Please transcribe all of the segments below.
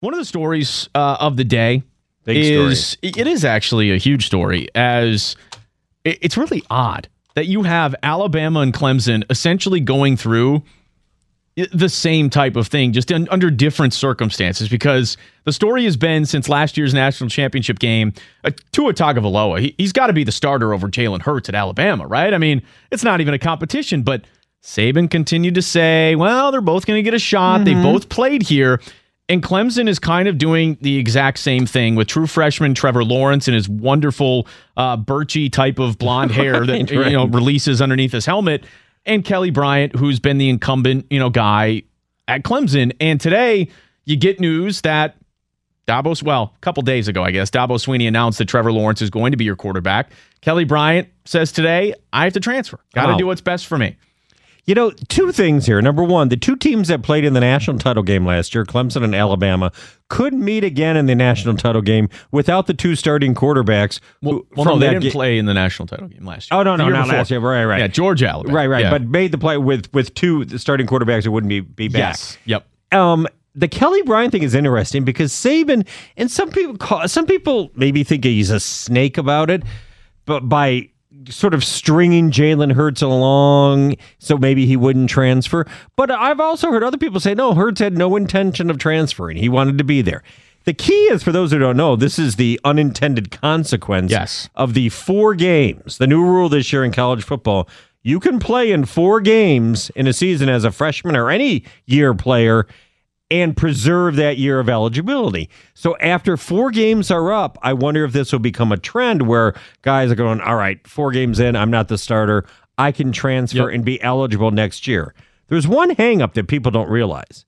One of the stories uh, of the day Big is it is actually a huge story as it- it's really odd that you have Alabama and Clemson essentially going through i- the same type of thing just in, under different circumstances because the story has been since last year's national championship game uh, Tua Tagovailoa he, he's got to be the starter over Jalen Hurts at Alabama right I mean it's not even a competition but Saban continued to say well they're both going to get a shot they both played here and Clemson is kind of doing the exact same thing with true freshman Trevor Lawrence and his wonderful uh, birchy type of blonde hair that you know releases underneath his helmet, and Kelly Bryant, who's been the incumbent you know guy at Clemson. And today you get news that Dabo, well, a couple days ago, I guess, Dabo Sweeney announced that Trevor Lawrence is going to be your quarterback. Kelly Bryant says today, I have to transfer. Got to Oh. do what's best for me. You know, two things here. Number one, the two teams that played in the national title game last year, Clemson and Alabama, could meet again in the national title game without the two starting quarterbacks. Well, who- well no, they that didn't ga- play in the national title game last year. Oh no, The no, year not before. last year. Right, right, Yeah, Georgia, Alabama. right, right. Yeah. But made the play with with two starting quarterbacks that wouldn't be be back. yes, yep. um the Kelly Bryant thing is interesting because Saban and some people call some people maybe think he's a snake about it, but by sort of stringing Jalen Hurts along, so maybe he wouldn't transfer. But I've also heard other people say no, Hurts had no intention of transferring. He wanted to be there. The key is for those who don't know, this is the unintended consequence Yes. of the four games. The new rule this year in college football, you can play in four games in a season as a freshman or any year player and preserve that year of eligibility. So after four games are up, I wonder if this will become a trend where guys are going, all right, four games in, I'm not the starter. I can transfer Yep. and be eligible next year. There's one hang up that people don't realize.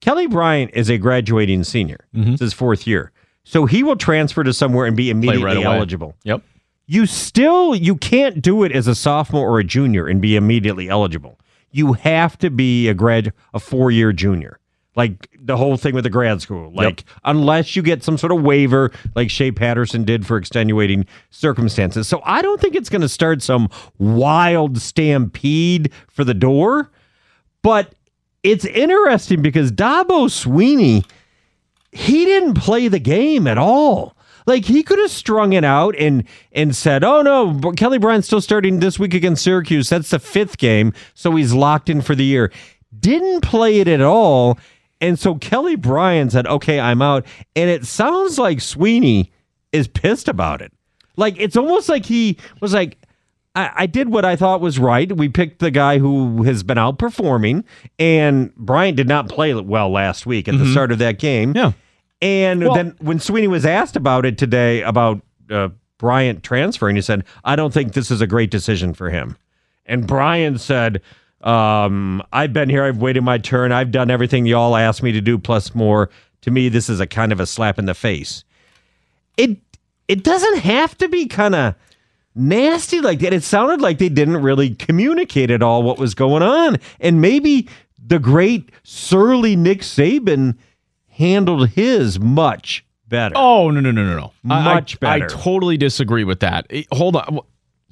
Kelly Bryant is a graduating senior. Mm-hmm. It's his fourth year. So he will transfer to somewhere and be right immediately away. eligible Yep. you still you can't do it as a sophomore or a junior and be immediately eligible. You have to be a grad a four year junior. Like the whole thing with the grad school. Like unless you get some sort of waiver like Shea Patterson did for extenuating circumstances. So I don't think it's gonna start some wild stampede for the door. But it's interesting because Dabo Sweeney, he didn't play the game at all. Like he could have strung it out and and said, "Oh no, B- Kelly Bryant's still starting this week against Syracuse. That's the fifth game, so he's locked in for the year." Didn't play it at all, and so Kelly Bryant said, "Okay, I'm out." And it sounds like Sweeney is pissed about it. Like it's almost like he was like, I, I did what I thought was right. We picked the guy who has been outperforming, and Bryant did not play well last week at the start of that game. Yeah. And Well- then when Sweeney was asked about it today about uh, Bryant transferring, he said, "I don't think this is a great decision for him." And Brian said, um, I've been here. I've waited my turn. I've done everything y'all asked me to do, plus more. To me, this is a kind of a slap in the face. It it doesn't have to be kind of nasty like that. It sounded like they didn't really communicate at all what was going on, and maybe the great surly Nick Saban handled his much better. Oh no no no no no! I- I- Much I, better. totally disagree with that. Eh, Hold on.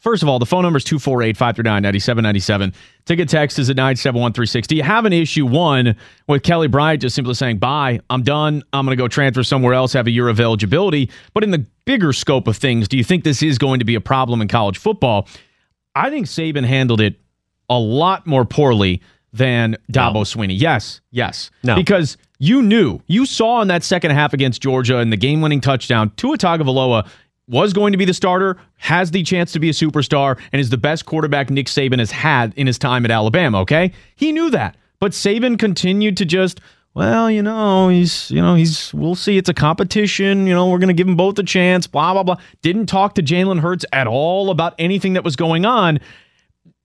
First of all, the phone number is 248-539-9797. Ticket text is at 97136. Do you have an issue, one, with Kelly Bryant just simply saying, bye, I'm done. I'm going to go transfer somewhere else, have a year of eligibility. But in the bigger scope of things, do you think this is going to be a problem in college football? I think Saban handled it a lot more poorly than Dabo Sweeney. Yes, yes. No. Because you knew, you saw in that second half against Georgia in the game winning touchdown, Tua Tagovailoa was going to be the starter, has the chance to be a superstar, and is the best quarterback Nick Saban has had in his time at Alabama, okay? He knew that. But Saban continued to just well, you know, he's, you know, he's, we'll see. It's a competition. You know, we're going to give them both a chance, blah, blah, blah. Didn't talk to Jalen Hurts at all about anything that was going on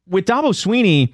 with Dabo Sweeney,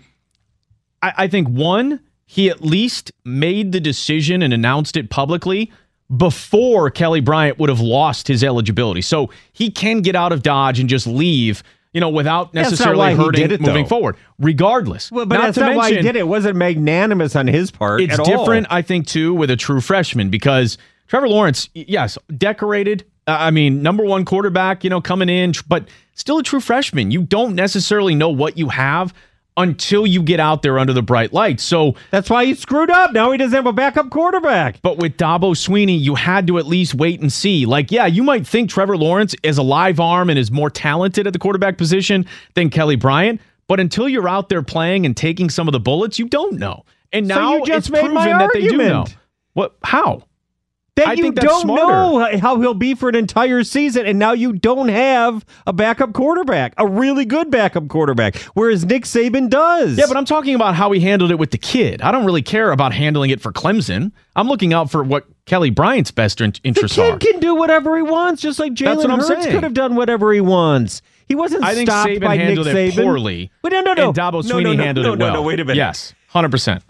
I, I think one, he at least made the decision and announced it publicly. before Kelly Bryant would have lost his eligibility. So he can get out of Dodge and just leave, you know, without That's not necessarily why he hurting did it, moving though. forward. Regardless, Well, but not that's to not why he mention- did it. It wasn't magnanimous on his part. it's at all. different, I think, too, with a true freshman because Trevor Lawrence, y- yes, decorated. uh, I mean, number one quarterback, you know, coming in, tr- but still a true freshman. You don't necessarily know what you have until you get out there under the bright lights. So, That's why he screwed up. Now he doesn't have a backup quarterback. but with Dabo Sweeney, you had to at least wait and see. Like, yeah, you might think Trevor Lawrence is a live arm and is more talented at the quarterback position than Kelly Bryant, but until you're out there playing and taking some of the bullets, you don't know. And So now you just it's made proven my that they do know. argument. What? How? That I you think that's don't smarter. know how he'll be for an entire season, and now you don't have a backup quarterback, a really good backup quarterback, whereas Nick Saban does. Yeah, but I'm talking about how he handled it with the kid. I don't really care about handling it for Clemson. I'm looking out for what Kelly Bryant's best in- the interests are. kid can do whatever he wants, just like That's Jalen what I'm Hurts saying. could have done whatever he wants. He wasn't I think stopped Saban by Nick handled it Saban. poorly. But no, no, no. And Dabo No, Sweeney no, no, handled no, it no, well. no, wait a minute. Yes, 100%.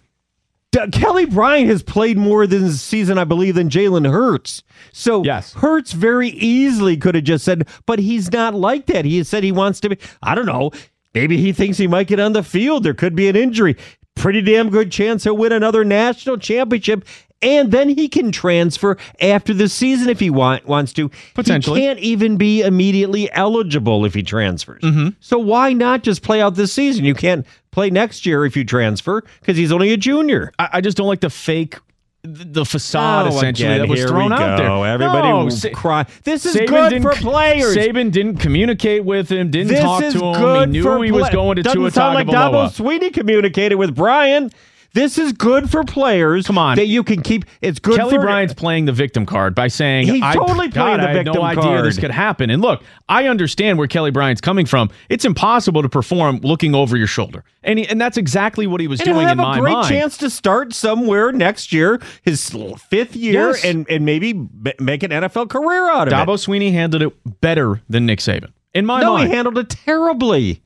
D- Kelly Bryant has played more this season, I believe, than Jalen Hurts. So Yes. Hurts very easily could have just said, but he's not like that. He said he wants to be, I don't know, maybe he thinks he might get on the field. There could be an injury. Pretty damn good chance he'll win another national championship. And then he can transfer after the season if he want, wants to. Potentially. He can't even be immediately eligible if he transfers. Mm-hmm. So why not just play out this season? You can't play next year if you transfer because he's only a junior. I, I just don't like the fake, th- the facade Oh, essentially again, that was here thrown we out go. there. Everybody No, will Sa- cry. This is Saban good didn't for c- players. Saban didn't communicate with him, didn't this talk is to him. good he knew for he was play- going to Doesn't Tua sound like Dabo Tagovailoa. Sweeney communicated with Brian. This is good for players. Come on. that you can keep. It's good. Kelly for, Bryant's playing the victim card by saying He's I, totally God, playing the I had no victim idea this card." could happen. And look, I understand where Kelly Bryant's coming from. It's impossible to perform looking over your shoulder, and he, and that's exactly what he was And he'll doing have in a my great mind. chance to start somewhere next year, his l- fifth year, Yes. and and maybe b- make an NFL career out of it. Dabo Sweeney handled it better than Nick Saban in my No, mind. he handled it terribly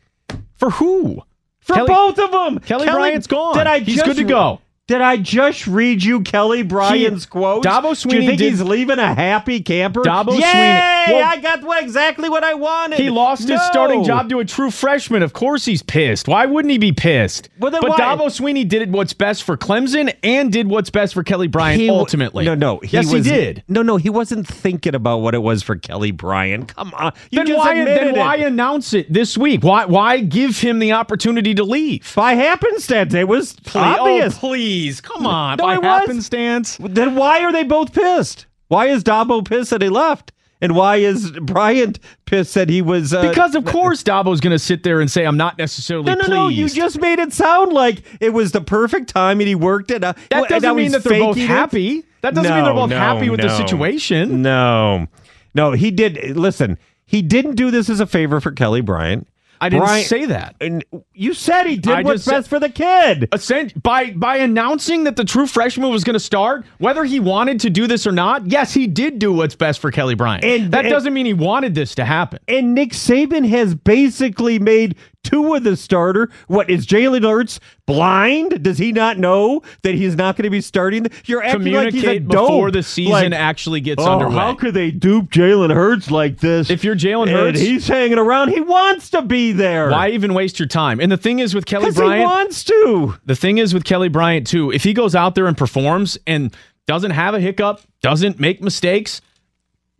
For who? for Kelly- both of them. Kelly Bryant's gone. Did I He's just good to go. Did I just read you Kelly Bryant's quote? Dabo Do Sweeney you think did- he's leaving a happy camper? Dabo Yay! Sweeney- Well- I got what, exactly what I wanted. He lost his No! starting job to a true freshman. Of course, he's pissed. Why wouldn't he be pissed? Well, then but why- Dabo Sweeney did what's best for Clemson and did what's best for Kelly Bryant. w- ultimately, no, no. yes, was, he did. No, no, he wasn't thinking about what it was for Kelly Bryant. Come on, you Then just why, admitted then it. why announce it this week? Why why give him the opportunity to leave? By happenstance, it was Oh, obvious. please, come on. No, By it was. happenstance. Then why are they both pissed? Why is Dabo pissed that he left? And why is Bryant pissed that he was? Uh, Because of course Dabo's going to sit there and say I'm not necessarily no, no, pleased. no! You just made it sound like it was the perfect time, and he worked it. Out. that And now doesn't mean he's that they're both faking it? happy. That doesn't mean No, they're both no, happy with the no. situation. No, no, he did. Listen, he didn't do this as a favor for Kelly Bryant. I didn't Bryant- say that. And you said he did I what's just said- best for the kid. Ascend, by by announcing that the true freshman was going to start, whether he wanted to do this or not, yes, he did do what's best for Kelly Bryant. And- that and- doesn't mean he wanted this to happen. And Nick Saban has basically made two of the starter. What is Jalen Hurts blind? Does he not know that he's not going to be starting? You're acting like he's Communicate a dope. before the season Like, actually gets oh, underway. how could they dupe Jalen Hurts like this? If you're Jalen And Hurts- he's hanging around. He wants to be there. Why even waste your time? And the thing is with Kelly Because he Bryant, wants to. the thing is with Kelly Bryant too, if he goes out there and performs and doesn't have a hiccup, doesn't make mistakes,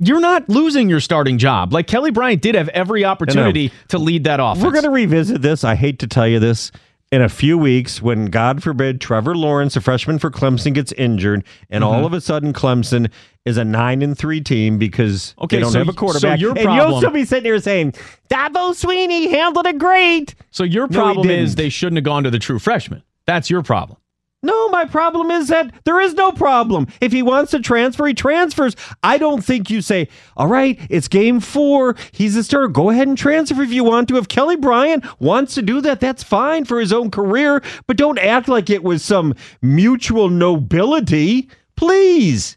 you're not losing your starting job. Like Kelly Bryant did have every opportunity to lead that offense. We're going to revisit this. I hate to tell you this. In a few weeks, when God forbid Trevor Lawrence, a freshman for Clemson, gets injured, and Mm-hmm. all of a sudden Clemson is a nine and three team because Okay, they don't so have y- a so quarterback, your and you'll problem- still be sitting here saying Dabo Sweeney handled it great. so your No, he problem is didn't. they shouldn't have gone to the true freshman. That's your problem. No, my problem is that there is no problem. If he wants to transfer, he transfers. I don't think you say, all right, it's game four. He's the starter. Go ahead and transfer if you want to. If Kelly Bryant wants to do that, that's fine for his own career, but don't act like it was some mutual nobility. Please.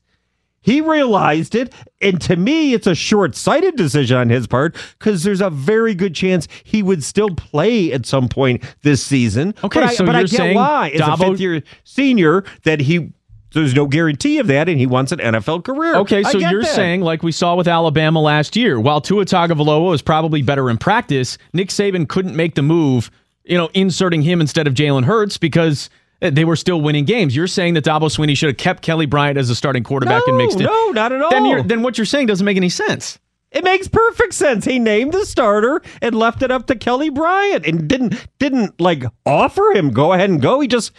He realized it, and to me, it's a short sighted decision on his part because there's a very good chance he would still play at some point this season. Okay, but I, so but I you're get saying why. As a Dabo- fifth year senior, that he So there's no guarantee of that, and he wants an NFL career. Okay, I so get you're that. saying, like we saw with Alabama last year, while Tua Tagovailoa was probably better in practice, Nick Saban couldn't make the move, you know, inserting him instead of Jalen Hurts because uh, they were still winning games. You're saying that Dabo Sweeney should have kept Kelly Bryant as a starting quarterback no, and mixed it. no, not at all. Then, you're, then what you're saying doesn't make any sense. It makes perfect sense. He named the starter and left it up to Kelly Bryant and didn't didn't like offer him go ahead and go. He just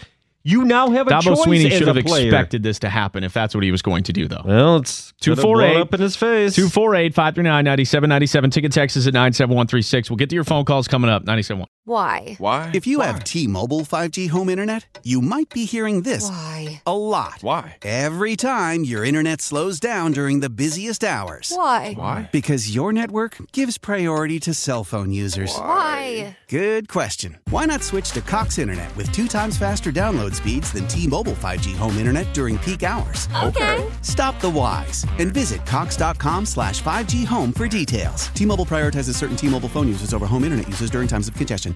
you now have a Dabo choice Sweeney as should a have player. expected this to happen if that's what he was going to do, though. Well, it's Two, gonna four, blow eight. up in his face. 248 539 9797. Ticket text is at 97136. We'll get to your phone calls coming up. 971. Why? Why? If you have T-Mobile 5G home internet, you might be hearing this Why? a lot. Why? Every time your internet slows down during the busiest hours. Why? Why? Because your network gives priority to cell phone users. Why? Good question. Why not switch to Cox Internet with two times faster download speeds than T-Mobile 5G home internet during peak hours? Okay. Stop the whys and visit cox.com slash 5G home for details. T-Mobile prioritizes certain T-Mobile phone users over home internet users during times of congestion.